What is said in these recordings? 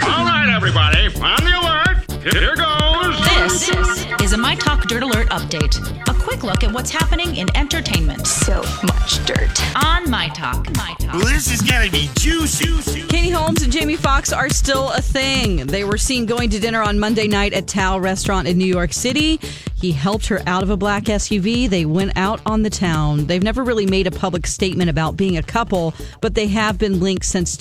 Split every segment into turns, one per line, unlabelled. All right, everybody, on the alert. Here goes.
This is a My Talk Dirt Alert update. A quick look at what's happening in entertainment. So much dirt. On My Talk. My Talk.
This is gonna be juicy.
Katie Holmes and Jamie Foxx are still a thing. They were seen going to dinner on Monday night at Tao restaurant in New York City. He helped her out of a black SUV. They went out on the town. They've never really made a public statement about being a couple, but they have been linked since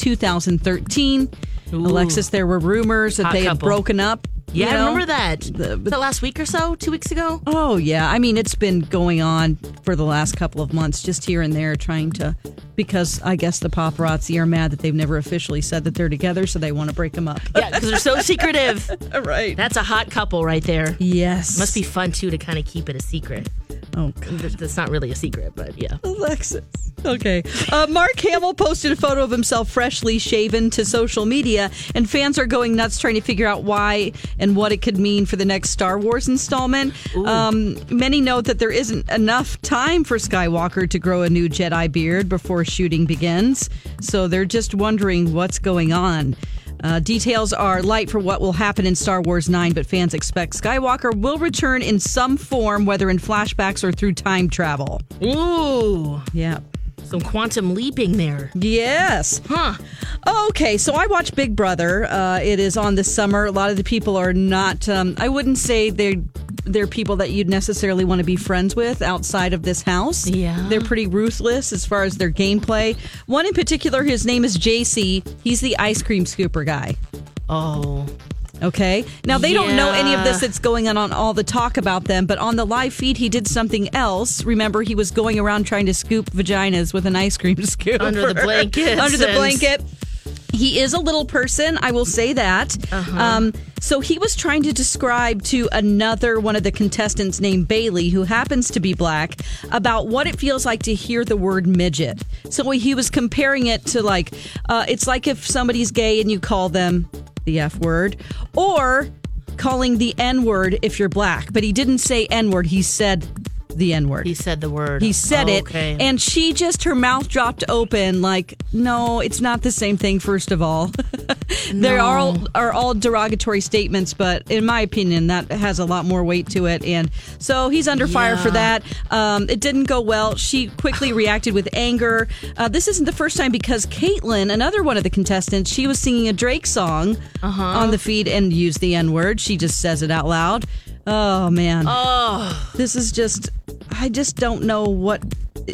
2013. Alexis, there were rumors that
Hot
they had
couple.
broken up. you
Yeah, I
know?
remember that. The, last week or so, two weeks ago.
Oh, yeah. I mean, it's been going on for the last couple of months, just here and there, trying to, because I guess the paparazzi are mad that they've never officially said that they're together, so they want to break them up.
Yeah, because they're so secretive.
right.
That's a hot couple right there.
Yes.
Must be fun too to kind of keep it a secret.
Oh, God.
Th- That's not really a secret, but yeah.
Alexis. Okay. Uh, Mark Hamill posted a photo of himself freshly shaven to social media, and fans are going nuts trying to figure out why and what it could mean for the next Star Wars installment. Um, many note that there isn't enough time for Skywalker to grow a new Jedi beard before shooting begins, so they're just wondering what's going on. Uh, details are light for what will happen in Star Wars 9, but fans expect Skywalker will return in some form, whether in flashbacks or through time travel.
Ooh,
Yeah.
some quantum leaping there.
Yes.
Huh.
Okay, so I watch Big Brother. Uh, it is on this summer. A lot of the people are not. Um, I wouldn't say they're they're people that you'd necessarily want to be friends with outside of this house.
Yeah.
they're pretty ruthless as far as their gameplay. One in particular, his name is JC. He's the ice cream scooper guy.
Oh.
Okay. Now they don't know any of this
Yeah.
that's going on on all the talk about them, but on the live feed he did something else. Remember, he was going around trying to scoop vaginas with an ice cream scoop
Under the blankets
under the
and-
blanket. He is a little person, I will say that. Um, so he was trying to describe to another one of the contestants named Bailey, who happens to be black, about what it feels like to hear the word midget. So he was comparing it to like, uh, it's like if somebody's gay and you call them the F word, or calling the N word if you're black. But he didn't say N word, he said the N word.
He said the word.
He said it,
Okay.
and she just her mouth dropped open, like, "No, it's not the same thing." First of all, there are all, are all derogatory statements, but in my opinion, that has a lot more weight to it. And so he's under fire for that. Um, it didn't go well. She quickly reacted with anger. Uh, this isn't the first time because Caitlyn, another one of the contestants, she was singing a Drake song on the feed and used the N word. She just says it out loud. Oh man this is just i just don't know what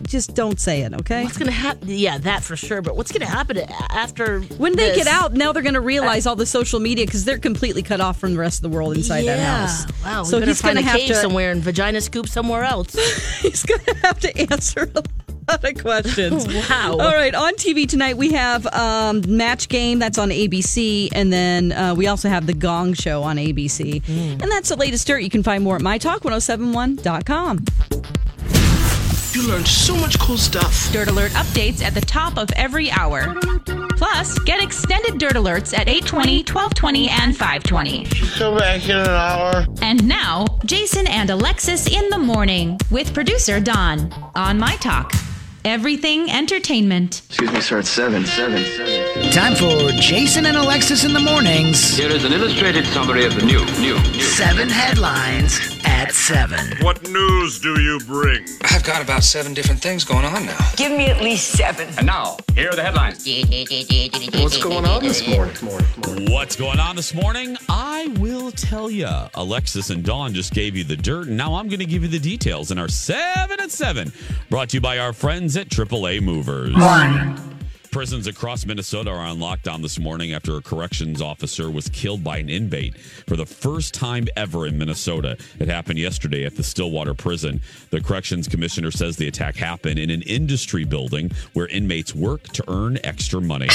just don't say it okay
what's gonna happen? Yeah, that for sure. But what's gonna happen a- after
when they
this?
get out now they're going to realize all the social media because they're completely cut off from the rest of the world inside
yeah.
that house
Wow.
so he's
going
gonna
to
have
cave
to
somewhere and vagina scoop somewhere else.
he's going to have to answer a lot of questions
Wow.
all right on tv tonight we have um, match game that's on abc and then uh, we also have the gong show on abc
Mm.
and that's the latest dirt you can find more at mytalk1071.com
You learned so much cool stuff.
Dirt Alert updates at the top of every hour. Plus, get extended Dirt Alerts at 820, 1220, and 520.
Come back in an hour.
And now, Jason and Alexis in the morning with producer Don on My Talk. Everything entertainment.
Excuse me, sir. It's seven, seven, seven.
Time for Jason and Alexis in the mornings.
Here is an illustrated summary of the new, new, new.
Seven headlines at at 7.
What news do you bring?
I've got about seven different things going on now.
Give me at least seven.
And now, here are the headlines.
What's going on this morning?
What's going on this morning? I will tell you. Alexis and Dawn just gave you the dirt, and now I'm going to give you the details in our 7 at 7, brought to you by our friends at AAA Movers. Prisons across Minnesota are on lockdown this morning after a corrections officer was killed by an inmate for the first time ever in Minnesota. It happened yesterday at the Stillwater Prison. The corrections commissioner says the attack happened in an industry building where inmates work to earn extra money.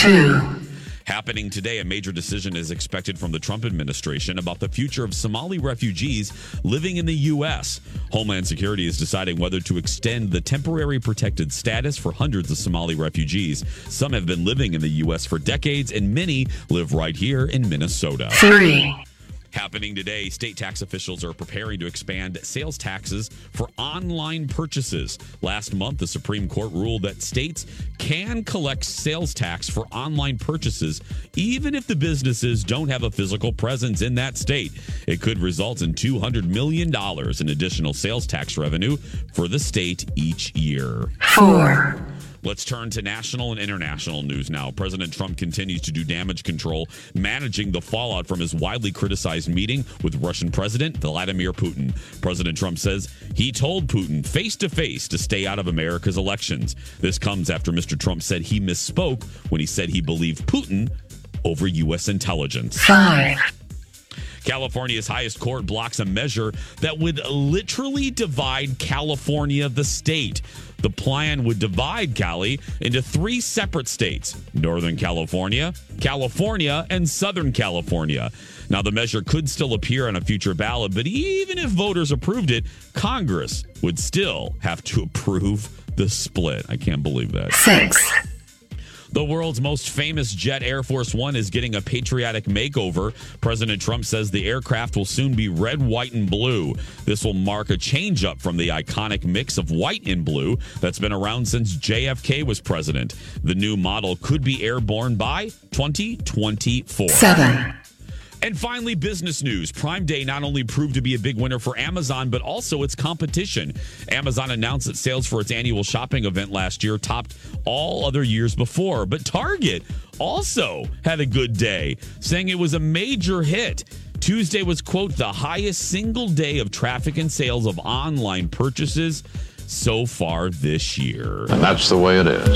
Happening today, a major decision is expected from the Trump administration about the future of Somali refugees living in the U.S. Homeland Security is deciding whether to extend the temporary protected status for hundreds of Somali refugees. Some have been living in the U.S. for decades, and many live right here in Minnesota.
Three.
Happening today, state tax officials are preparing to expand sales taxes for online purchases. Last month, the Supreme Court ruled that states can collect sales tax for online purchases even if the businesses don't have a physical presence in that state. It could result in $200 million in additional sales tax revenue for the state each year.
Four.
Let's turn to national and international news now. President Trump continues to do damage control, managing the fallout from his widely criticized meeting with Russian President Vladimir Putin. President Trump says he told Putin face to face to stay out of America's elections. This comes after Mr. Trump said he misspoke when he said he believed Putin over U.S. intelligence.
Five.
California's highest court blocks a measure that would literally divide California, the state. The plan would divide Cali into three separate states Northern California, California, and Southern California. Now, the measure could still appear on a future ballot, but even if voters approved it, Congress would still have to approve the split. I can't believe that.
Six.
The world's most famous jet, Air Force One, is getting a patriotic makeover. President Trump says the aircraft will soon be red, white, and blue. This will mark a change up from the iconic mix of white and blue that's been around since JFK was president. The new model could be airborne by 2024.
Seven.
And finally, business news. Prime Day not only proved to be a big winner for Amazon, but also its competition. Amazon announced that sales for its annual shopping event last year topped all other years before. But Target also had a good day, saying it was a major hit. Tuesday was, quote, the highest single day of traffic and sales of online purchases so far this year.
And that's the way it is.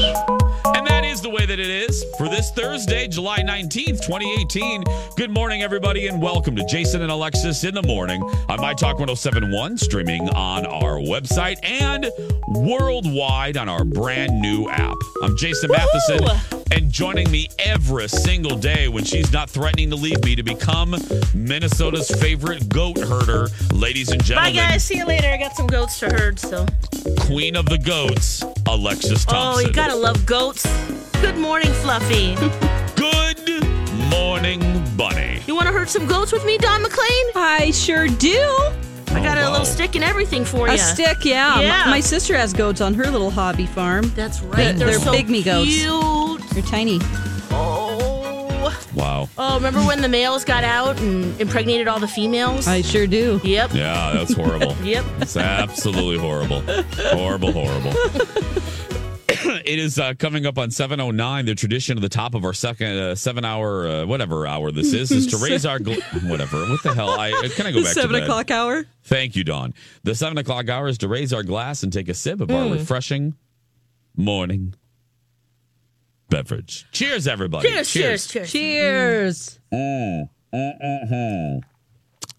And that is the way that it is for this Thursday, July 19th, 2018. Good morning, everybody, and welcome to Jason and Alexis in the Morning on My Talk 1071, streaming on our website and worldwide on our brand new app. I'm Jason Matheson, and joining me every single day when she's not threatening to leave me to become Minnesota's favorite goat herder, ladies and
Bye,
gentlemen.
guys. See you later. I got some goats to herd, so.
Queen of the Goats, Alexis
Oh,
Thompson.
you gotta love goats. Good morning, Fluffy.
Good morning, Bunny.
You wanna herd some goats with me, Don McLean?
I sure do.
I got
Oh,
a
wow.
little stick and everything for you.
A stick, yeah. My-
Yeah.
My, sister has goats on her little hobby farm.
That's right.
They're,
They're, so
pygmy goats.
cute.
They're tiny.
Oh.
Wow.
Oh, remember when the males got out and impregnated all the females?
I sure do.
yep.
Yeah, that's horrible.
Yep.
It's absolutely horrible. Horrible, horrible. It is uh, coming up on 709. The tradition of the top of our second uh, seven hour, uh, whatever hour this is, is to raise our gl- whatever. What the hell? I uh, can I go
The
back
seven
to bed?
o'clock hour.
Thank you, Dawn. The seven o'clock hour is to raise our glass and take a sip of our
Hmm.
refreshing morning beverage. Cheers, everybody!
Cheers, cheers, cheers.
Cheers.
Mm,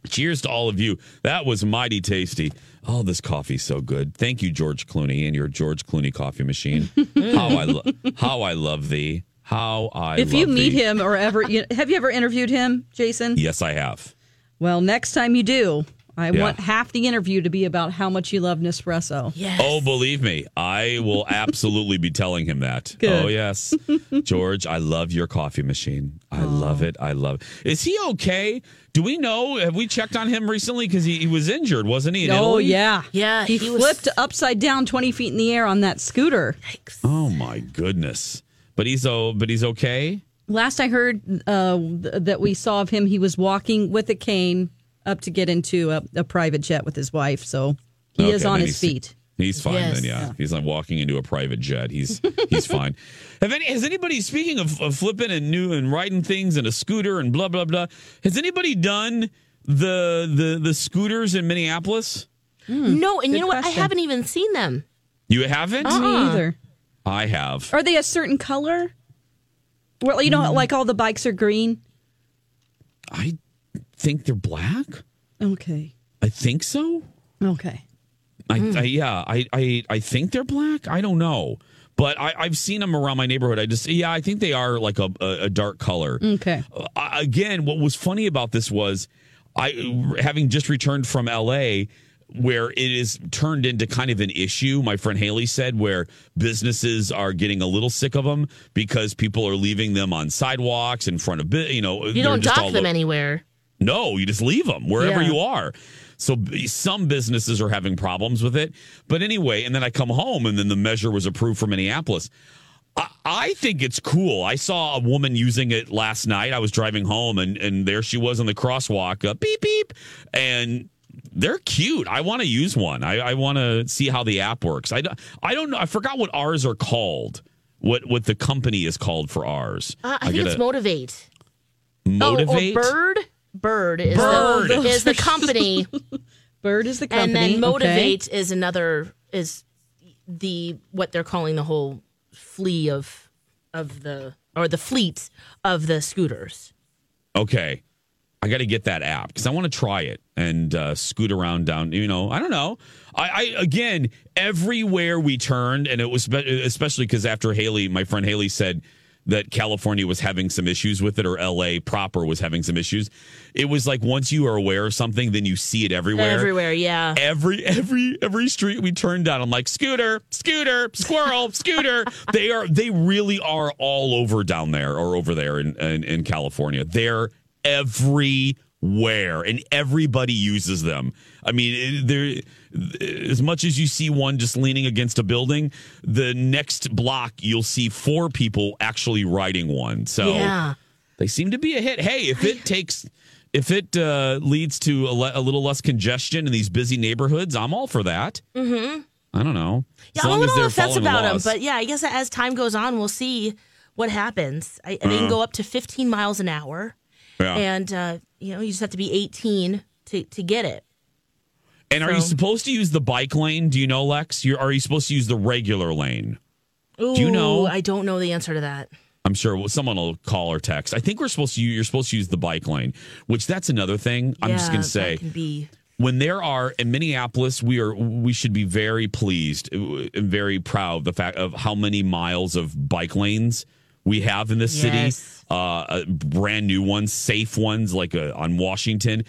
Cheers to all of you. That was mighty tasty. Oh, this coffee's so good. Thank you, George Clooney, and your George Clooney coffee machine. how I lo- how I love thee. How I
if you
love
meet
thee.
him or ever, you, have you ever interviewed him, Jason?
Yes, I have.
Well, next time you do, I
Yeah.
want half the interview to be about how much you love Nespresso.
Yes.
Oh, believe me, I will absolutely be telling him that.
Good.
Oh, yes. George, I love your coffee machine. I love it. I love it. Is he okay? Do we know? Have we checked on him recently? Because he, he was injured, wasn't he? in
Oh
Italy?
yeah,
Yeah,
He,
he was-
flipped upside down, twenty feet in the air on that scooter.
Oh, my goodness. But he's, oh, but he's okay?
Last I heard uh, th- that we saw of him, he was walking with a cane up to get into a, a private jet with his wife. So he
Okay,
is on
then
his
he's-
feet.
He's fine
Yes.
then, yeah.
Yeah.
He's like walking into a private jet. He's he's fine. Have any has anybody speaking of, of flipping and new and riding things and a scooter and blah blah blah? Has anybody done the the the scooters in Minneapolis?
no, and
Hmm. good
you know what?
question.
I haven't even seen them.
You haven't?
Uh-uh. Me either.
I have.
Are they a certain color? Well, you know,
Mm.
like all the bikes are green.
I think they're black.
Okay.
I think so.
Okay.
I, I
Mm.
yeah, I, I I think they're black. I don't know, but I, I've seen them around my neighborhood. I just yeah, I think they are like a a, a dark color.
Mm.
Okay.
Uh, again, what was funny about this was I having just returned from LA where it is turned into kind of an issue my friend Haley said where businesses are getting a little sick of them because people are leaving them on sidewalks in front of bu- you know
You don't dock them anywhere.
no, you just leave them wherever
Yeah.
you are. So b- some businesses are having problems with it. But anyway, and then I come home and then the measure was approved for Minneapolis. I, I think it's cool. I saw a woman using it last night. I was driving home and, and there she was on the crosswalk, uh, beep, beep. And they're cute. I want to use one. I, I want to see how the app works. I, don't- I don't know. I forgot what ours are called. What what the company is called for ours?
Uh, I think it's
gotta-
motivate.
motivate.
Oh, or bird. Bird is
Bird.
the is the company,
Bird is the
and
company,
then
okay.
motivate is another is the what they're calling the whole flea of of the or the fleet of the scooters.
okay, I got to get that app because I want to try it and uh, scoot around down. You know, I don't know. I, I again, everywhere we turned, and it was spe- especially because after Haley, my friend Haley said that California was having some issues with it, or LA proper was having some issues. It was like once you are aware of something, then you see it everywhere.
Everywhere, yeah.
Every every every street we turned down, I'm like scooter, scooter, squirrel, scooter. they are they really are all over down there or over there in in, in California. They're everywhere, and everybody uses them. I mean, it- there eh, as much as you see one just leaning against a building, the next block you'll see four people actually riding one. So
Yeah.
they seem to be a hit. Hey, if it takes, if it uh, leads to a, le- a little less congestion in these busy neighborhoods, I'm all for that.
Mm-hmm.
I don't know.
Yeah,
As long
I'm a
as
little
they're
upset
following the
about them,
laws.
but yeah, I guess as time goes on, we'll see what happens. I, They
Uh-huh.
can go up to 15 miles an hour,
Yeah.
and uh, you know you just have to be 18 to to get it.
and are you supposed to use the bike lane? Do you know, Lex? You're, are you supposed to use the regular lane?
Ooh,
you know?
I don't know the answer to that.
I'm sure well, someone will call or text. I think we're supposed to. u- You're supposed to use the bike lane, which that's another thing. I'm just
Yeah,
gonna
that
say
can be-
when there are in Minneapolis, we are we should be very pleased and very proud of the fact of how many miles of bike lanes we have in this
Yes.
city. Uh, uh, brand new ones, safe ones, like uh, on Washington.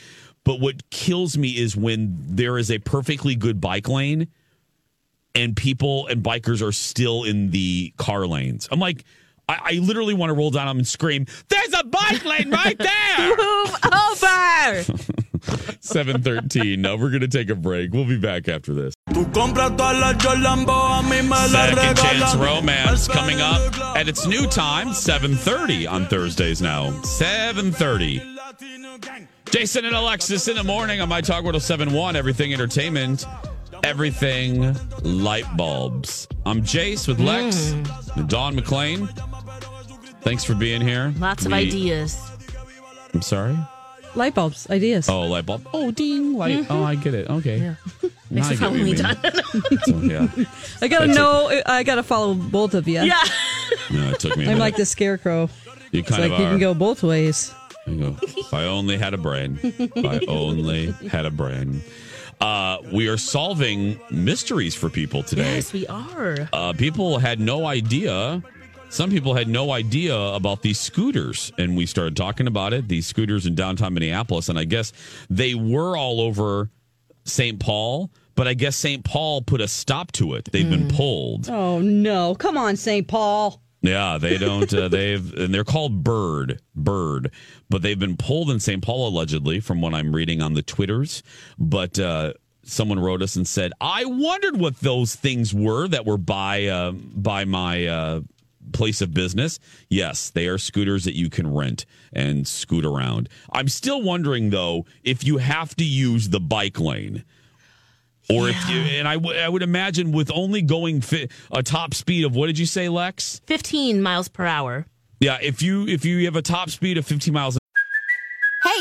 But what kills me is when there is a perfectly good bike lane, and people and bikers are still in the car lanes. I'm like. I, I literally want to roll down 'em and scream, There's a bike lane right there!
Move over.
713. Uh, we're going to take a break. We'll be back after this.
Tú compras todas las Jolambo, a mí me la
Second Chance
regalan.
Romance coming up at its new time, 7.30 on Thursdays now. 7.30. Jason and Alexis in the morning on My Talk oh World 71, Everything Entertainment, Everything Light Bulbs. I'm Jace with Lex
Hmm.
and Dawn McLean. Thanks for being here.
Lots of
We-
ideas.
I'm sorry?
Light bulbs, ideas.
Oh, light bulb. Oh, ding. Light.
Mm-hmm.
Oh, I get it. Okay. Now
Makes it
I get what you
finally
mean.
done.
So, yeah.
I gotta
That's a-
know. I gotta follow both of you.
Yeah.
No, it took me a
I'm
minute.
like the scarecrow.
You
It's
kind
like
of
you
are.
can go both ways.
You go, if I only had a brain. If I only had a brain. Uh, we are solving mysteries for people today.
Yes, we are.
Uh, people had no idea. Some people had no idea about these scooters, and we started talking about it. These scooters in downtown Minneapolis, and I guess they were all over St. Paul, but I guess St. Paul put a stop to it. They've been pulled.
Oh no! Come on, St. Paul.
Yeah, they don't. Uh, they've and they're called Bird, Bird, but they've been pulled in St. Paul allegedly, from what I'm reading on the twitters. But uh, someone wrote us and said, "I wondered what those things were that were by uh, by my uh, place of business, yes, they are scooters that you can rent and scoot around. I'm still wondering though if you have to use the bike lane. Or if you, and I, w- I would imagine with only going fi- a top speed of what did you say, Lex?
15 miles per hour.
Yeah, if you if you have a top speed of 15 miles,
Hey,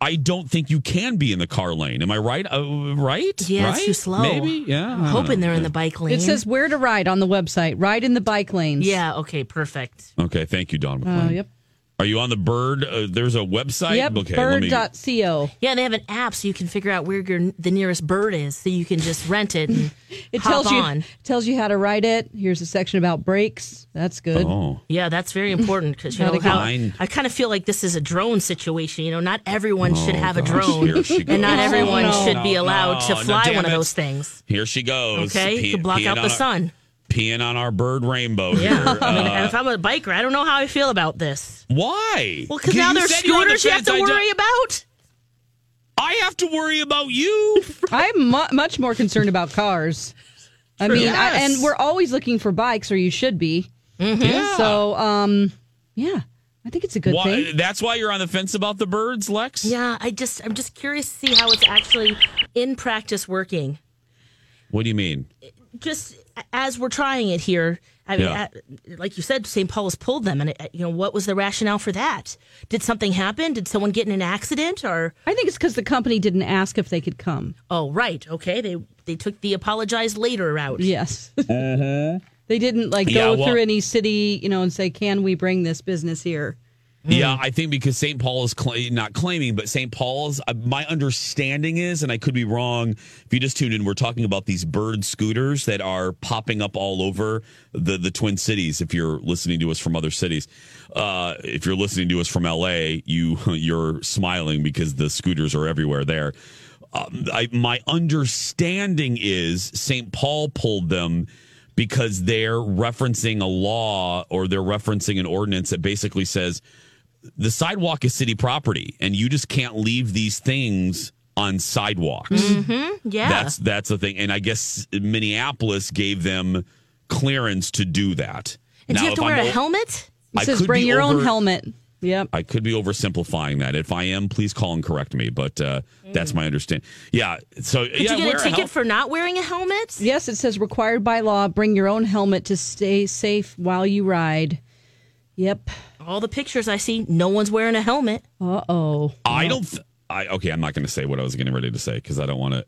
I don't think you can be in the car lane. Am I right? Uh, right?
Yeah,
Right?
it's too slow.
Maybe. Yeah.
I'm
I don't
hoping
know.
they're in the bike lane.
It says where to ride on the website. Ride in the bike lanes.
Yeah, okay, perfect.
Okay. Thank you, Don
Oh,
McLean.
Uh, yep.
Are you on the bird? Uh, there's a website.
Yep.
Okay. let me-
Bird.co.
Yeah, they have an app so you can figure out where your the nearest bird is so you can just rent it and
It
hop
tells you
on.
tells you how to ride it. Here's a section about brakes. That's good.
Oh.
Yeah, that's very important because you
How
know
to go.
how
Fine.
I kind of feel like this is a drone situation. You know, not everyone should have a
Oh, gosh,
drone,
here she
and not
goes.
everyone
No,
should be
no,
allowed
no,
to
no,
fly
damn
one of
it.
those things.
Here she goes.
Okay, you can block
peeing
out
on
the
our-
sun.
Peeing on our bird rainbow
Yeah,
here.
I mean,
Uh,
if I'm a biker, I don't know how I feel about this.
why?
Well, because
You
now there's
said you're on the
scooters you have to
fence. I don't-
worry about.
I have to worry about you.
I'm mu- much more concerned about cars. I mean, I,
Yes.
and we're always looking for bikes, or you should be.
Yeah.
So, um, yeah, I think it's a good
Why-
thing.
That's why you're on the fence about the birds, Lex?
Yeah, I just I'm just curious to see how it's actually in practice working.
What do you mean?
Just as we're trying it here, I mean,
Yeah.
at- like you said, St. Paul's pulled them, and it, uh, you know what was the rationale for that? Did something happen? Did someone get in an accident? Or
I think it's because the company didn't ask if they could come.
oh, right, okay, they they took the apologize later route.
Yes, they didn't like
Mm-hmm. Yeah,
go
well-
through any city, you know, and say, "Can we bring this business here?"
Yeah, I think because St. Paul is cla not claiming, but St. Paul's, uh, my understanding is, and I could be wrong, if you just tuned in, we're talking about these bird scooters that are popping up all over the, the Twin Cities. If you're listening to us from other cities, uh, if you're listening to us from LA, you, you're smiling because the scooters are everywhere there. Um, I, my understanding is St. Paul pulled them because they're referencing a law or they're referencing an ordinance that basically says the sidewalk is city property and you just can't leave these things on sidewalks.
Mm-hmm. Yeah.
That's that's the thing. And I guess Minneapolis gave them clearance to do that.
and do you have
if
to wear
I'm
a
o-
helmet?
I
It says,
could
"Bring
be
your own
over-
helmet." Yep.
I could be oversimplifying that. If I am, please call and correct me. But uh, that's my understanding. Yeah. So
Did
yeah,
Mm. you
wear
get a ticket
helmet.
for not wearing a helmet?
Yes, it says required by law. Bring your own helmet to stay safe while you ride. Yep.
All the pictures I see, no one's wearing a helmet.
Uh oh.
I don't. Th- I okay. I'm not going to say what I was getting ready to say because I don't want to.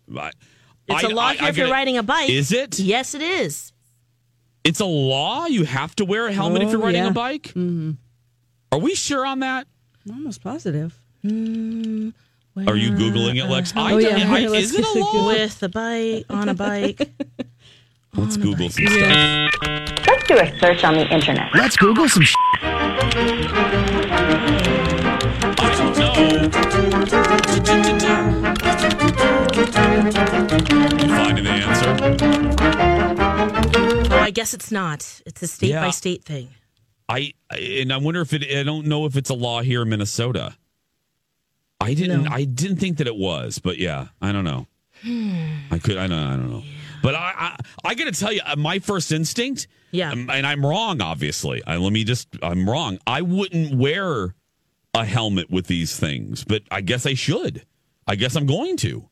It's
a
a law here if you're riding a bike.
Is it?
Yes, it is.
It's a law. You have to wear a helmet if
Oh,
you're riding
yeah.
a
Mm-hmm.
bike. Are we sure on that?
I'm almost positive.
Are you googling it, Lex? I
Oh,
don't-
yeah.
I-
Here, let's
is it a
get the
law?
With a bike, on a bike.
Let's Google some stuff.
Let's do a search on the internet.
Let's Google some sh-
Finding the answer.
Well, I guess it's not. It's a state by state thing.
I I- and I wonder if it. I don't know if it's a law here in Minnesota. I didn't. I didn't think that it was, but yeah, I don't know. I could. I don't. I don't know. But I. I, I got to tell you, uh, my first instinct.
Yeah.
um, and I'm wrong, obviously. I, let me just. I'm wrong. I wouldn't wear a helmet with these things, but I guess I should. I guess I'm going to.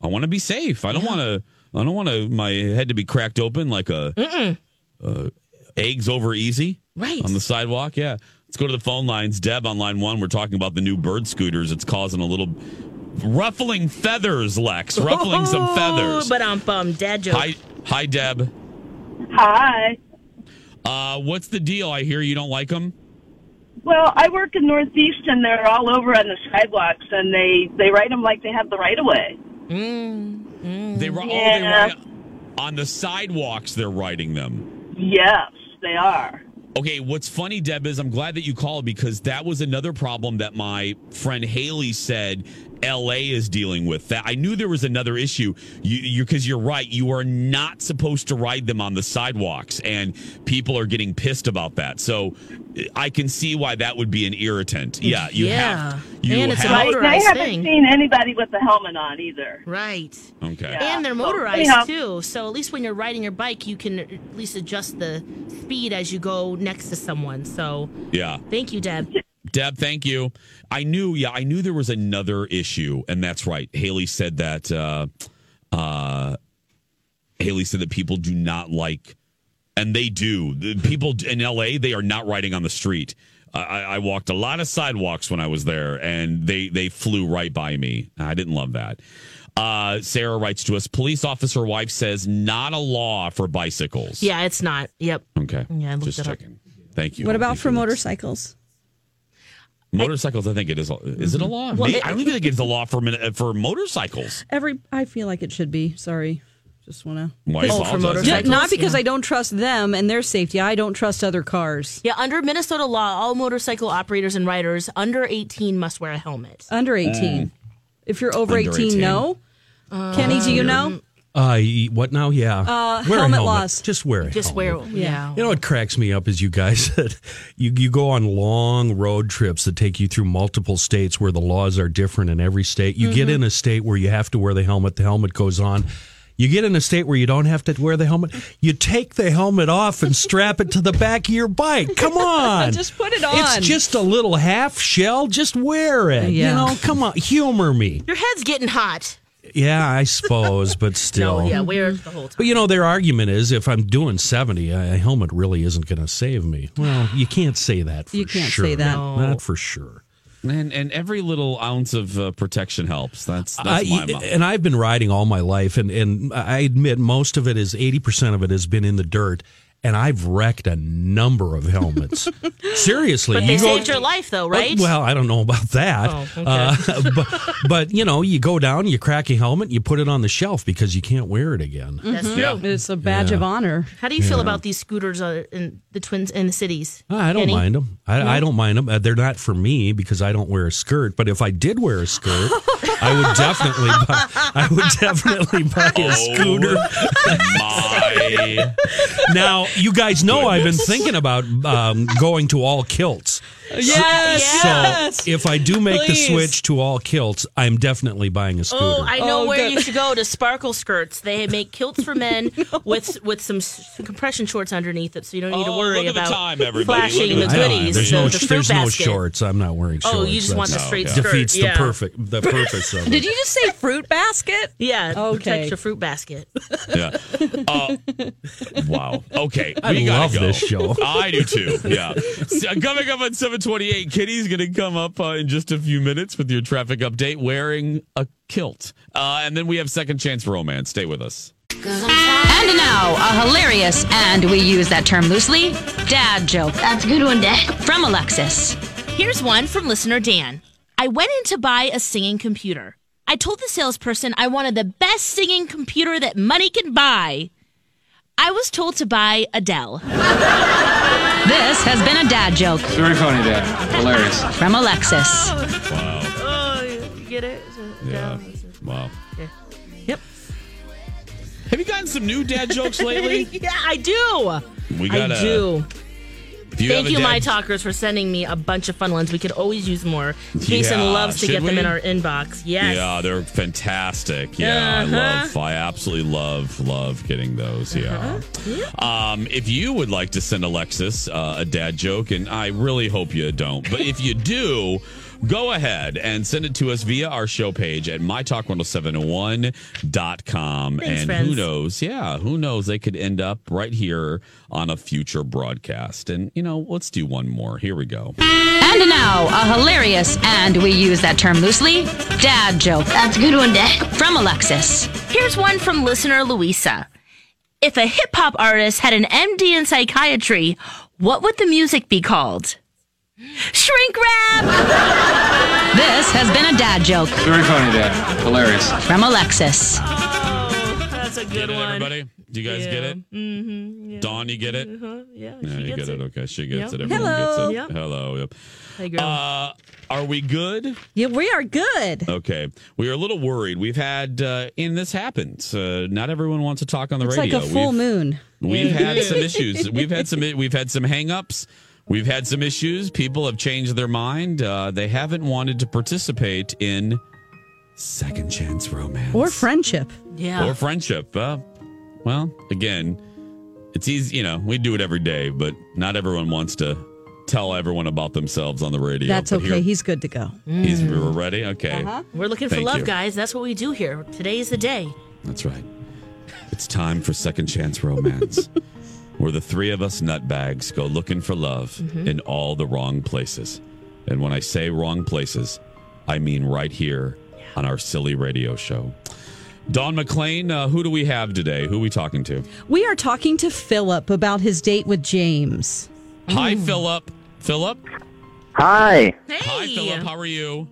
I want to be safe. I don't want to. I don't want to. My head to be cracked open like a. Uh, eggs over easy.
Right.
On the sidewalk. Yeah. Let's go to the phone lines. Deb on line one. We're talking about the new bird scooters. It's causing a little ruffling feathers, Lex. Ruffling some feathers.
But um, bum, dad joke.
Hi, hi, Deb.
Hi.
Uh, what's the deal? I hear you don't like them.
Well, I work in Northeast, and they're all over on the sidewalks, and they they write them like they have the right of way.
They, ri- oh, they
Yeah.
ride on the sidewalks. They're riding them.
Yes, they are.
Okay, what's funny, Deb, is I'm glad that you called because that was another problem that my friend Haley said LA is dealing with. That I knew there was another issue. You you because you're right, you are not supposed to ride them on the sidewalks, and people are getting pissed about that. So I can see why that would be an irritant. Yeah, you
Yeah.
have you
And it's an
have
older-
They
Nice
haven't
thing.
seen anybody with a helmet on either.
Right.
okay.
And they're
So,
motorized
anyhow-
too. So at least when you're riding your bike, you can at least adjust the speed as you go next to someone. So
Yeah.
thank you, Deb.
Deb, thank you. I knew, yeah, I knew there was another issue, and that's right. Haley said that. Uh, uh, Haley said that people do not like, and they do. The people in LA, they are not riding on the street. I, I I walked a lot of sidewalks when I was there, and they they flew right by me. I didn't love that. Uh, Sarah writes to us: Police officer wife says not a law for bicycles.
Yeah, it's not. Yep.
Okay.
Yeah, I looked
Just
it up.
checking. Thank you.
What about for motorcycles?
Motorcycles, I think it is. Is
Mm-hmm.
it a law?
Well,
May-
it-
I don't even think it's a law for min- uh, for motorcycles.
Every I feel like it should be. Sorry. Just want to.
Why
Oh, for motorcycles?
Yeah, not because
Yeah.
I don't trust them and their safety. I don't trust other cars.
Yeah, under Minnesota law, all motorcycle operators and riders under 18 must wear a helmet.
Under 18. If you're over
Under
18,
18.
no. Kenny, do you know?
Uh, y- what now? Yeah.
Uh,
Wear a
helmet laws.
Just wear it.
Just wear yeah.
You know what cracks me up is you guys that you, you go on long road trips that take you through multiple states where the laws are different in every state. You get
Mm-hmm.
Mhm.
in a state where you have to wear the helmet, the helmet goes on. You get in a state where you don't have to wear the helmet. You take the helmet off and strap it to the back of your bike. Come on.
Uh, Just put it on.
It's just a little half shell. Just wear it.
Yeah.
You know, come on. Humor me.
Your head's getting hot.
Yeah, I suppose, but still.
No, yeah, wear it the whole time.
But you know, their argument is if I'm doing 70, a a helmet really isn't going to save me. Well, you can't say that for
You can't say
sure.
that.
No.
Not for sure.
And and every little ounce of uh, protection helps. That's that's
I-
my motto.
and I've been riding all my life, and, and I admit most of it is 80% of it has been in the dirt, and I've wrecked a number of helmets. Seriously.
But they saved your life, though, right?
Uh, well, I don't know about that.
Oh, okay.
Uh, but, but, you know, you go down, you crack a helmet, you put it on the shelf because you can't wear it again.
That's
Yeah.
true.
It's a badge
Yeah.
of honor.
How do you feel
Yeah. Ah,
about these scooters uh, in the twins in the cities?
I don't
Kenny?
mind them. I,
No?
I don't mind them. They're not for me because I don't wear a skirt. But if I did wear a skirt, I would definitely, buy, I would definitely buy a
Oh.
scooter.
My.
Now you guys know I've been thinking about um, going to all kilts.
Yes. Yes.
So if I do make
Please.
the switch to all kilts, I'm definitely buying a scooter.
Oh, I know
Oh,
where
good.
you should go to Sparkle Skirts. They make kilts for men with with some s- compression shorts underneath it, so you don't need
Oh,
to worry
look at the
about
time, everybody. Look
flashing the
at the time.
goodies.
there's
the,
no,
the fruit
there's no
basket.
shorts. I'm not wearing shorts.
Oh, you just want the
That's-
straight
defeats
skirt, yeah.
the perfect the purpose of it.
Did you just say fruit basket?
Yeah,
Okay.
protect your fruit basket.
Yeah. Uh, wow. Okay.
I
we gotta
love
go.
this show.
I do too. Yeah. So, coming up at 728, Kitty's going to come up uh, in just a few minutes with your traffic update wearing a kilt. Uh, and then we have Second Chance Romance. Stay with us.
And now, a hilarious, and we use that term loosely, dad joke. That's a good one, Dad. From Alexis.
Here's one from listener Dan. I went in to buy a singing computer. I told the salesperson I wanted the best singing computer that money can buy. I was told to buy Adele.
This has been a dad joke.
Very funny, Dad. Hilarious.
From Alexis.
Wow.
Oh, you get it?
Yeah. Wow.
Yep.
Have you gotten some new dad jokes lately?
yeah, I do.
We gotta-
I do.
If you have
Thank
a
you,
dad-
my talkers, for sending me a bunch of fun ones. We could always use more. Jason
Yeah,
loves to
should
get them
we?
in our inbox. Yes.
Yeah, they're fantastic. Yeah,
Uh-huh.
I love, I absolutely love, love getting those.
Uh-huh.
Yeah. Um, if you would like to send Alexis uh, a dad joke, and I really hope you don't, but if you do, go ahead and send it to us via our show page at mytalk1071.com.
Thanks,
and who
friends.
knows? Yeah, who knows? They could end up right here on a future broadcast. And, you know, let's do one more. Here we go.
And now, a hilarious, and we use that term loosely, dad joke. That's a good one, Dad. From Alexis.
Here's one from listener Louisa. If a hip hop artist had an MD in psychiatry, what would the music be called? Shrink wrap.
This has been a dad joke.
Very funny, Dad. Hilarious.
From Alexis.
Oh, that's a good
Get it,
one.
everybody. Do you guys get it?
Mm-hmm. Yeah.
Dawn, you get it?
Uh-huh. Yeah,
Yeah,
she
you
gets
get it.
it.
Okay, she gets
Yep.
it. Everyone
Hello.
gets it.
Yep.
Hello. Yep.
Hey, girl.
Uh, are we good?
Yeah, we are good.
Okay, we are a little worried. We've had, uh, and this happens. Uh, not everyone wants to talk on the
It's like
radio.
a full
We've-
moon.
We've had some issues. We've had some. We've had some hangups. We've had some issues. People have changed their mind. Uh, they haven't wanted to participate in second chance romance
Or friendship.
or friendship. Uh, well, again, it's easy. You know, we do it every day, but not everyone wants to tell everyone about themselves on the radio.
That's
But
okay.
here-
He's Mm. Uh-huh. good to go.
he's we're ready. Okay,
We're looking for
Thank
love,
you.
guys. That's what we do here. Today is the day.
That's right. It's time for second chance romance, where the three of us nutbags go looking for love
Mm-hmm.
Mhm.
in all the wrong places. And when I say wrong places, I mean right here on our silly radio show. Don McLean, uh, who do we have today? Who are we talking to?
We are talking to Philip about his date with James.
Hi, Philip. Philip.
Hi.
Hi, Philip. How are you?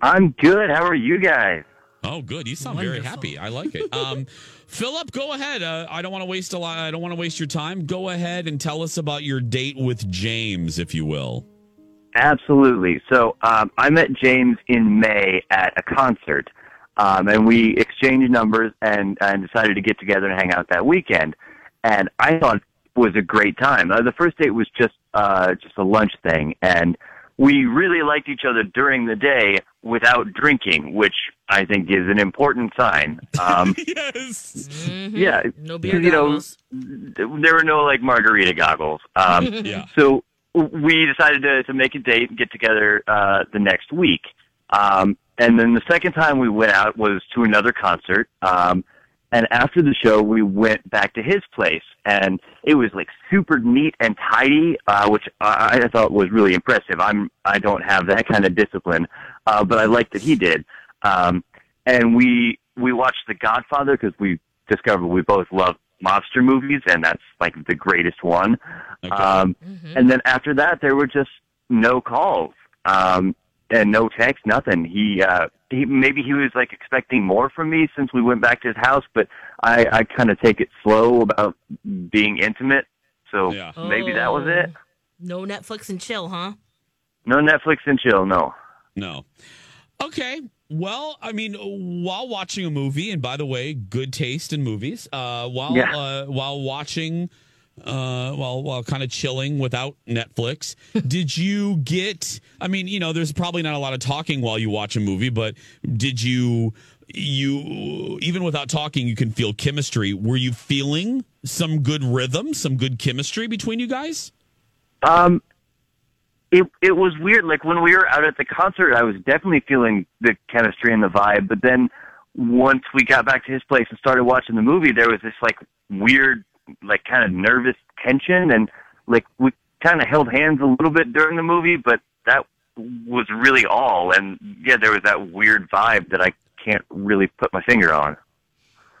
I'm good. How are you guys?
Oh, good. You sound very happy. I like it. Um, Philip, go ahead. Uh, I don't want to waste a lot. I don't want to waste your time. Go ahead and tell us about your date with James, if you will.
Absolutely. So um, I met James in May at a concert, um, and we exchanged numbers and, and decided to get together and hang out that weekend. And I thought it was a great time. Uh, the first date was just uh, just a lunch thing, and we really liked each other during the day without drinking, which I think is an important sign. Um,
yes.
Mm-hmm.
Yeah.
No
beer you know, there were no like margarita goggles. Um,
Yeah.
So we decided to, to make a date and get together uh, the next week. Um, and then the second time we went out was to another concert. Um, and after the show, we went back to his place, and it was like super neat and tidy, uh, which I, I thought was really impressive. I'm I don't have that kind of discipline, uh, but I liked that he did. Um, and we we watched The Godfather because we discovered we both love mobster movies, and that's like the greatest one. Um, And then after that, there were just no calls um, and no text, nothing. He, uh, he maybe he was like expecting more from me since we went back to his house, but I, I kind of take it slow about being intimate, so maybe that was it.
No Netflix and chill, huh?
No Netflix and chill, no.
No. Okay. Well, I mean, while watching a movie, and by the way, good taste in movies. Uh, while
Yeah.
uh, while watching, uh, while while kind of chilling without Netflix, did you get? I mean, you know, there's probably not a lot of talking while you watch a movie, but did you? You even without talking, you can feel chemistry. Were you feeling some good rhythm, some good chemistry between you guys?
Um, it it was weird. Like when we were out at the concert, I was definitely feeling the chemistry and the vibe. But then once we got back to his place and started watching the movie, there was this like weird, like kind of nervous tension, and like we kind of held hands a little bit during the movie, but that was really all. And yeah, there was that weird vibe that I can't really put my finger on.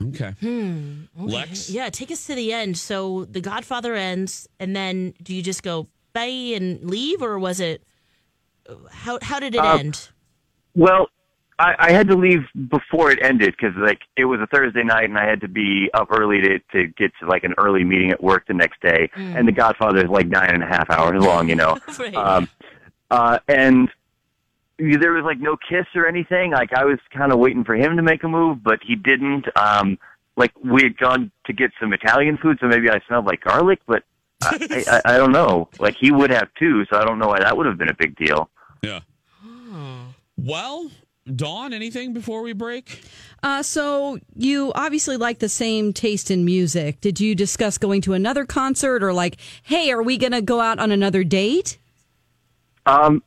Okay.
Hmm. Okay.
Lex?
Yeah, take us to the end. So The Godfather ends, and then do you just go bye and leave, or was it how how did it
Uh,
end?
Well, I, I had to leave before it ended because like it was a Thursday night and I had to be up early to to get to like an early meeting at work the next day.
Mm.
And The Godfather is like nine and a half hours long, you know.
Right.
um, uh, and there was like no kiss or anything. Like I was kind of waiting for him to make a move, but he didn't. Um, like we had gone to get some Italian food, so maybe I smelled like garlic, but I, I, I don't know. Like he would have too, so I don't know why that would have been a big deal.
Yeah. Well, Dawn, anything before we break?
Uh, so you obviously like the same taste in music. Did you discuss going to another concert or like, hey, are we going to go out on another date?
Um,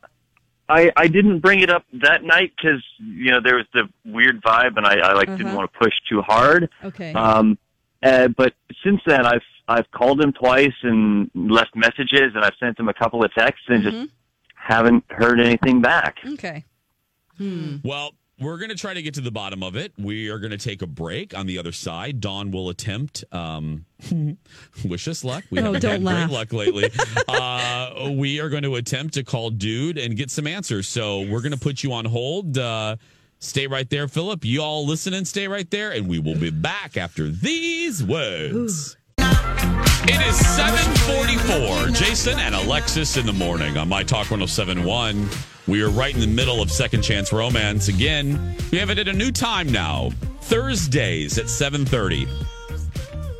I I didn't bring it up that night 'cause you know there was the weird vibe, and I, I like didn't
Uh-huh.
want to push too hard.
Okay.
Um, uh, but since then, I've I've called him twice and left messages, and I've sent him a couple of texts, and
Mhm.
just haven't heard anything back.
Okay.
Mm-hmm.
Well, we're going to try to get to the bottom of it. We are going to take a break on the other side. Dawn will attempt. Um, wish us luck. We
Oh,
haven't
don't
had
laugh.
great luck lately. uh, Oh, we are going to attempt to call dude and get some answers. So we're going to put you on hold. Uh, Stay right there, Philip. Y'all listen and stay right there, and we will be back after these words. It is 744. Jason and Alexis in the morning on My Talk 1071. We are right in the middle of Second Chance Romance. Again, we have it at a new time now. Thursdays at 730.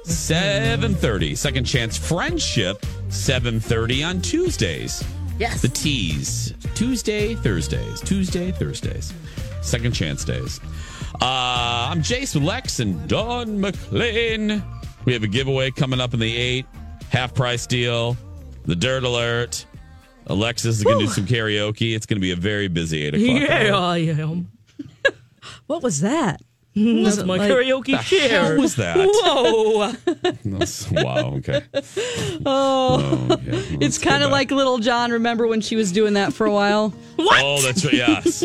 730. Second Chance Friendship, 730 on Tuesdays.
Yes.
The tease. Tuesday, Thursdays. Tuesday, Thursdays. Second Chance Days. Uh, I'm Jason Lex and Don McLean. We have a giveaway coming up in the eight, half price deal, the dirt alert. Alexis is going to do some karaoke. It's going to be a very busy eight o'clock.
Yeah,
hour.
I am. what was that? Was it
my
karaoke
The hell
share.
was that?
Whoa.
That's- wow. Okay.
Oh. it's kind of like Little John. Remember when she was doing that for a while?
Oh, that's right. Yes.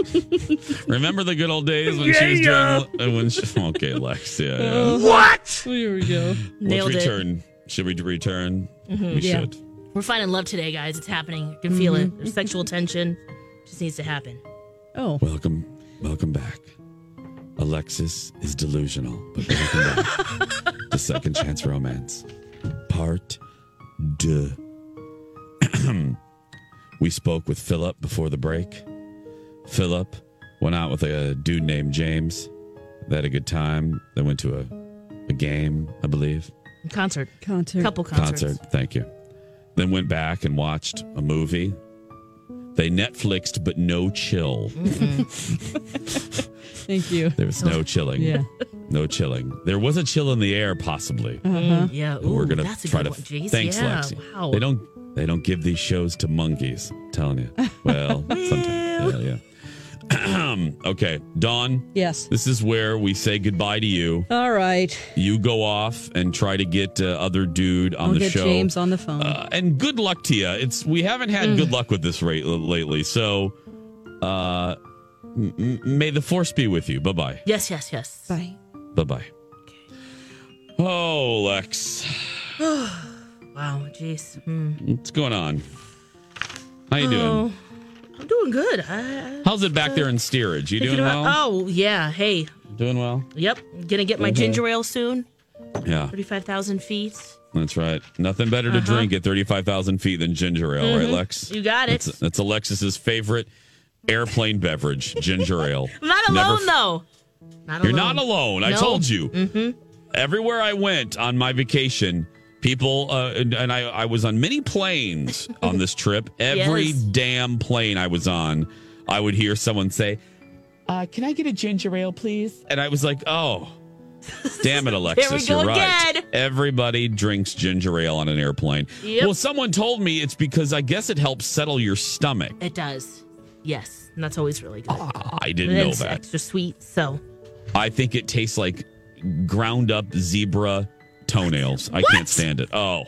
Remember the good old days when she was doing. uh, When she, okay, Lex. Yeah. yeah.
What?
Here we go.
Nailed
Let's
it.
return. Should we return?
Mhm.
We
Yeah.
should.
We're finding love today, guys. It's happening. You can feel it. There's sexual tension. Just needs to happen.
Oh.
Welcome, welcome back. Alexis is delusional, but welcome back to Second Chance Romance, part deux. we spoke with Philip before the break. Philip went out with a dude named James. They had a good time. They went to a, a game, I believe.
Concert.
Concert.
Couple concerts.
Concert. Thank you. Then went back and watched a movie. They Netflixed, but no chill.
Thank you.
There was no chilling.
Yeah.
No chilling. There was a chill in the air, possibly.
Mm, yeah.
And
Ooh,
We're gonna
that's a
try
good
to.
one. Jeez,
thanks,
yeah.
Lexi.
Wow.
They don't. They don't give these shows to monkeys. I'm telling you. Well, sometimes. Yeah, yeah. okay, Dawn.
Yes.
This is where we say goodbye to you.
All right.
You go off and try to get uh, other dude on
I'll
the
get
show.
James on Mm. the phone.
Uh, and good luck to you. It's we haven't had good luck with this rate lately. So, uh, m- m- may the force be with you. Bye bye.
Yes, yes, yes.
Bye.
Bye bye. Oh, Lex,
wow. Jeez. Hmm.
what's going on? How you
Oh.
doing?
I'm doing good. I,
How's it back there in steerage? You doing well?
Oh yeah. Hey.
Doing well?
Yep. Gonna get my
Mhm.
ginger ale soon.
Yeah,
Thirty-five thousand feet.
that's right. Nothing better to
Uh-huh.
drink at thirty-five thousand feet than ginger ale, right,
Mm-hmm.
Mhm.
Lex?
You got it.
That's, that's Alexis's favorite airplane beverage, ginger ale.
I'm not
Never
alone though. Not
You're not alone. I
No.
told you.
Mm-hmm.
Everywhere I went on my vacation, people uh, and, and I, I was on many planes on this trip. Every
Yes.
damn plane I was on, I would hear someone say,
Uh, can I get a ginger ale, please?
and I was like, "Oh, damn it, Alexis,
Here we go
you're right.
again.
Everybody drinks ginger ale on an airplane."
Yep.
Well, someone told me it's because I guess it helps settle your stomach.
It does. Yes. And that's always really good.
Ah, I didn't
And
know
it's
that.
Extra sweet. So
I think it tastes like ground up zebra toenails. I can't stand it. Oh,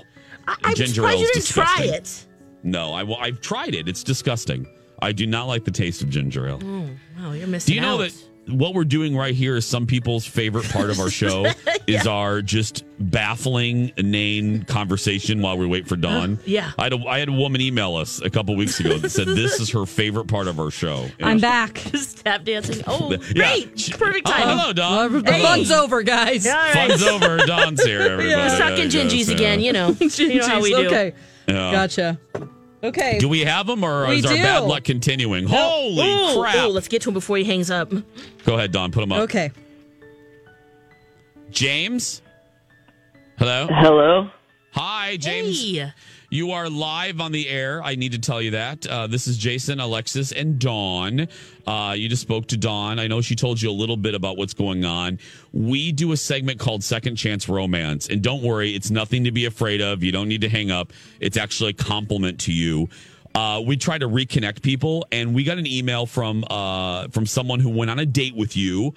I'm surprised you didn't try
disgusting.
it.
No, I, well, I've tried it. It's disgusting. I do not like the taste of ginger ale.
Oh, wow, you're missing
Do you know
out.
that what we're doing right here is some people's favorite part of our show is our just baffling, inane conversation while we wait for Dawn?
yeah.
I had, a, I had a woman email us a couple weeks ago that said this is her favorite part of our show.
I'm back.
Just tap dancing. Oh,
Yeah.
great. Perfect
Oh,
timing.
hello, Dawn.
The fun's over, guys.
Fun's over. Dawn's here, everybody.
Yeah.
There you
Sucking
go,
gingies
so-
again, you know. you know how we do.
Jeez, Okay.
Yeah.
Gotcha. Okay.
Do we have them or
We
is our
do.
bad luck continuing? Holy
Ooh,
crap.
ooh, let's get to him before he hangs up.
Go ahead, Don. Put them up.
Okay.
James? Hello?
Hello?
Hi, James. You are live on the air. I need to tell you that. Uh, this is Jason, Alexis, and Dawn. Uh, you just spoke to Dawn. I know she told you a little bit about what's going on. We do a segment called Second Chance Romance. And don't worry, it's nothing to be afraid of. You don't need to hang up. It's actually a compliment to you. Uh, we try to reconnect people, and we got an email from uh, from someone who went on a date with you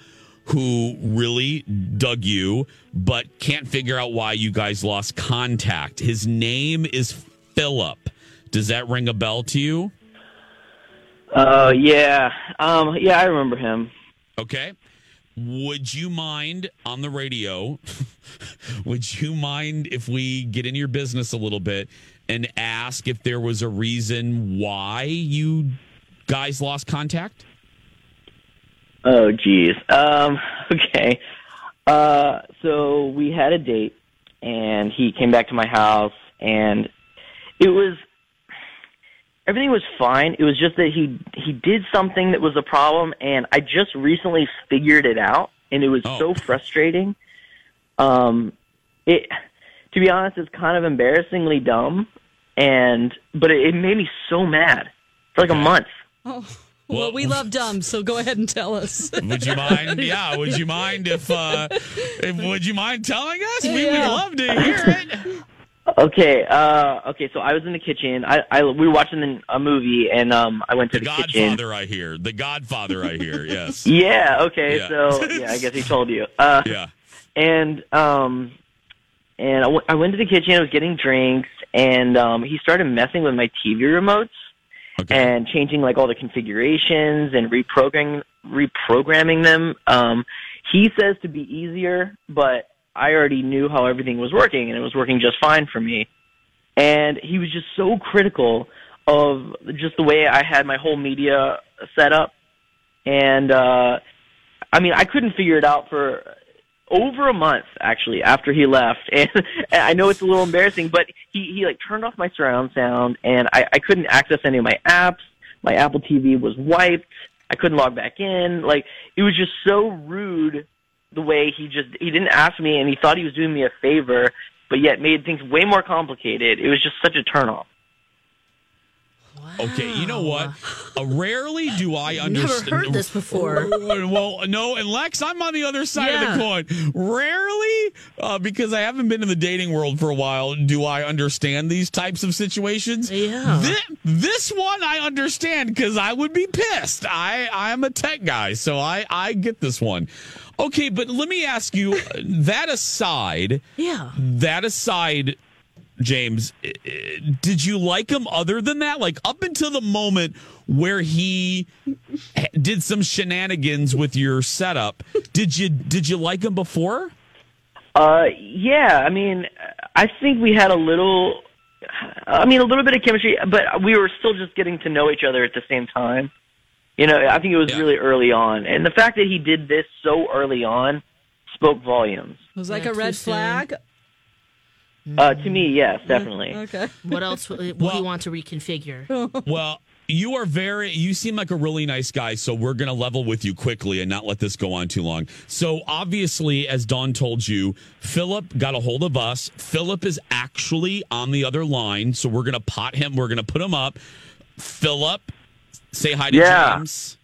who really dug you, but can't figure out why you guys lost contact. His name is Philip. Does that ring a bell to you?
Uh, yeah. Um, yeah, I remember him.
Okay. Would you mind on the radio? would you mind if we get in your business a little bit and ask if there was a reason why you guys lost contact?
Oh, geez. Um, okay. Uh, so we had a date, and he came back to my house, and it was everything was fine. It was just that he he did something that was a problem, and I just recently figured it out, and it was so frustrating. Um, it to be honest, it's kind of embarrassingly dumb, and but it, it made me so mad for like a month.
Oh. Well, we love dumb, so go ahead and tell us.
Would you mind? Yeah, would you mind if, uh, if would you mind telling us? We would
Yeah.
love to hear it.
Okay, uh, okay. So I was in the kitchen. I, I we were watching the, a movie, and um, I went to the, kitchen.
Godfather, I hear. The Godfather, I hear. Yes.
Yeah. Okay.
Yeah.
So yeah, I guess he told you. Uh,
yeah.
And um, and I, w- I went to the kitchen. I was getting drinks, and um, he started messing with my TV remotes and changing like all the configurations and reprogramming reprogramming them. Um, he says to be easier, but I already knew how everything was working, and it was working just fine for me. And he was just so critical of just the way I had my whole media set up, and uh, I mean, I couldn't figure it out for over a month actually after he left and, and i know it's a little embarrassing but he he like turned off my surround sound and i i couldn't access any of my apps my apple tv was wiped i couldn't log back in like it was just so rude the way he just he didn't ask me and he thought he was doing me a favor but yet made things way more complicated it was just such a turn off
Okay, you know what? Uh, rarely do I understand.
heard this before.
oh, well, no, and Lex, I'm on the other side
Yeah.
of the coin. Rarely, uh, because I haven't been in the dating world for a while, do I understand these types of situations. Yeah. This, one I understand because I would be pissed. I, I'm a tech guy, so I, I get this one. Okay, but let me ask you uh, that aside.
Yeah.
That aside, James, i- i- did you like him other than that? Like up until the moment where he h- did some shenanigans with your setup, did you did you like him before?
Uh, yeah. I mean, I think we had a little. I mean, a little bit of chemistry, but we were still just getting to know each other at the same time. You know, I think it was really early on, and the fact that he did this so early on spoke volumes
It was like a red flag.
uh, to me. Yes, definitely.
Okay.
What else would, would you want to reconfigure?
Well, you are very you seem like a really nice guy, so we're going to level with you quickly and not let this go on too long. So, obviously, as Don told you, Philip got a hold of us. Philip is actually on the other line, so we're going to pot him, we're going to put him up. Philip, say hi to
Yeah.
James.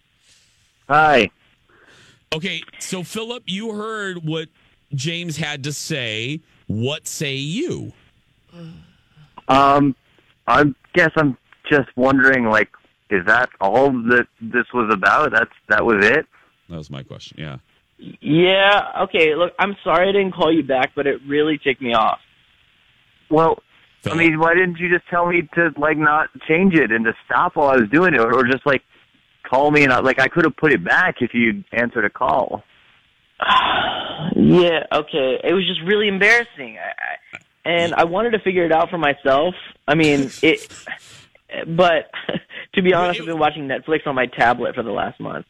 Hi.
Okay, so Philip, you heard what James had to say. What say you?
Um, I guess I'm just wondering, like, is that all that this was about? That's that was it.
That was my question. Yeah.
Yeah. Okay. Look, I'm sorry I didn't call you back, but it really ticked me off.
Well, I mean, why didn't you just tell me to like not change it and to stop while I was doing it, or, or just like call me and I, like I could have put it back if you answered a call.
Yeah. Okay. It was just really embarrassing, I, I, and I wanted to figure it out for myself. I mean, it. But to be honest, I've been watching Netflix on my tablet for the last month.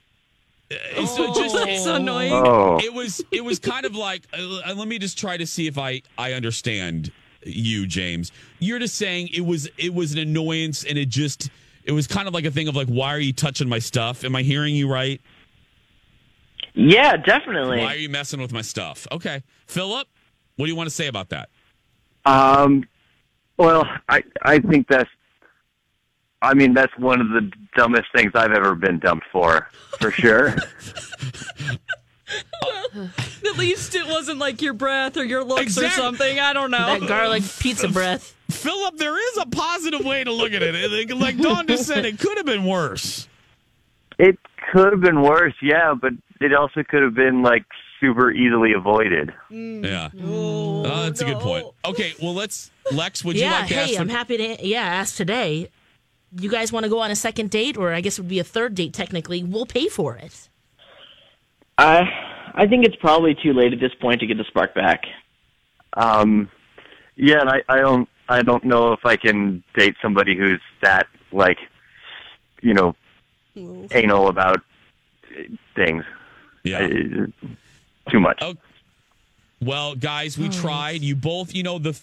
Oh. So just it's annoying.
Oh.
It was it was kind of like uh, let me just try to see if I I understand you, James. You're just saying it was it was an annoyance and it just it was kind of like a thing of like why are you touching my stuff? Am I hearing you right?
Yeah, definitely.
Why are you messing with my stuff? Okay. Philip, what do you want to say about that?
Um, well, I I think that's. I mean, that's one of the dumbest things I've ever been dumped for, for sure.
At least it wasn't like your breath or your looks or
Exactly.
something. I don't know.
That garlic
pizza breath.
Philip, there is a positive way to look at it. Like- Like Dawn just said, it could have been worse.
It could have been worse, yeah, but it also could have been like super easily avoided.
Yeah. Oh, that's a good point. Okay, well let's Lex, would you
yeah,
like to ask
hey,
for-
I'm happy to yeah ask today. You guys want to go on a second date, or I guess it would be a third date technically. We'll pay for it.
I I think it's probably too late at this point to get the spark back.
Um, yeah, and I, I don't, I don't know if I can date somebody who's that like, you know, anal about uh, things. Yeah. too much.
Oh, Well, guys,
Oh,
we tried. You both, you know, the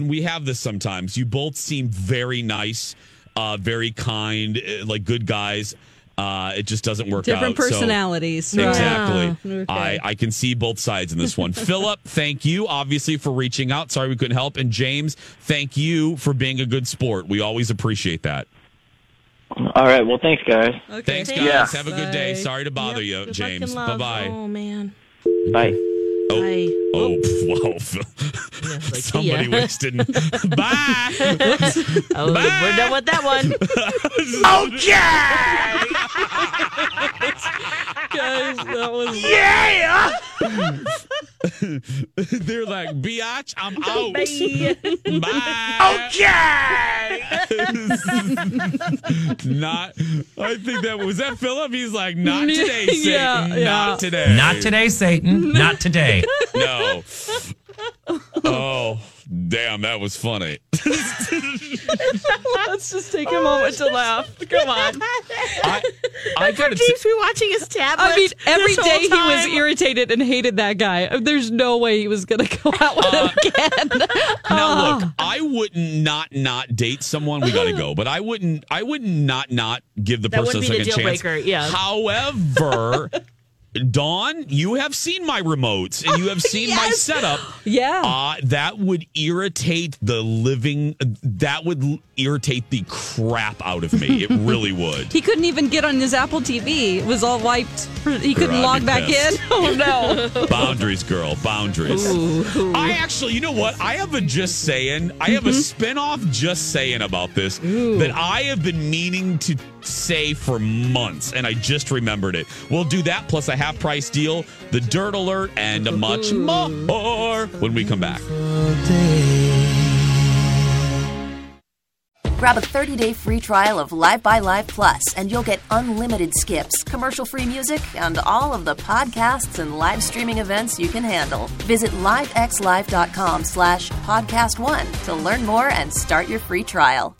we have this sometimes. You both seem very nice, uh, very kind, uh, like good guys. Uh, it just doesn't work
Different
out. so-
personalities. Right.
Exactly.
Yeah. Okay.
I, I can see both sides in this one. Philip, thank you, obviously, for reaching out. Sorry we couldn't help. And James, thank you for being a good sport. We always appreciate that.
Oh.
All right. Well, thanks, guys.
Thanks, guys. Have a good day. Sorry to bother you, James. Bye bye.
Oh man.
Bye.
Oh,
Bye.
oh, pff, wow. Somebody
ya.
wasted. Bye.
Oh, We're done with that one.
Oh,
Guys, that was
Yeah!
They're like, biatch, I'm out.
Bye.
Not. I think that was that Philip. He's like, not today, Satan.
Yeah, yeah.
Not today.
Not today, Satan. Not today.
No. Oh, damn, that was funny.
Let's just take a moment to laugh. Come on.
I gotta. T-
Keeps me watching his tablet.
I mean, every
this
day
whole
he was
time.
irritated and hated that guy. There's no way he was going to go out with him again.
Oh.
now look, I wouldn't not not date someone. We gotta go, but I wouldn't. I wouldn't not not give the
That
person
wouldn't
a
be
second
the deal
chance.
breaker, yeah.
However. Dawn, you have seen my remotes and you have seen my
Yes.
setup.
Yeah.
Uh, that would irritate the living, that would l- irritate the crap out of me. It really would.
He couldn't even get on his Apple TV. It was all wiped. He couldn't
I'd
log
be
back
pissed.
in. Oh no.
boundaries, girl, boundaries. I actually, you know what? I have a just saying. I have a spin-off just saying about this that I have been meaning to say for months, and I just remembered it. We'll do that plus a half price deal, the dirt alert, and much more when we come back.
Grab a 30-day free trial of Live by Live Plus, and you'll get unlimited skips, commercial-free music, and all of the podcasts and live streaming events you can handle. Visit livexlive.com slash podcast one to learn more and start your free trial.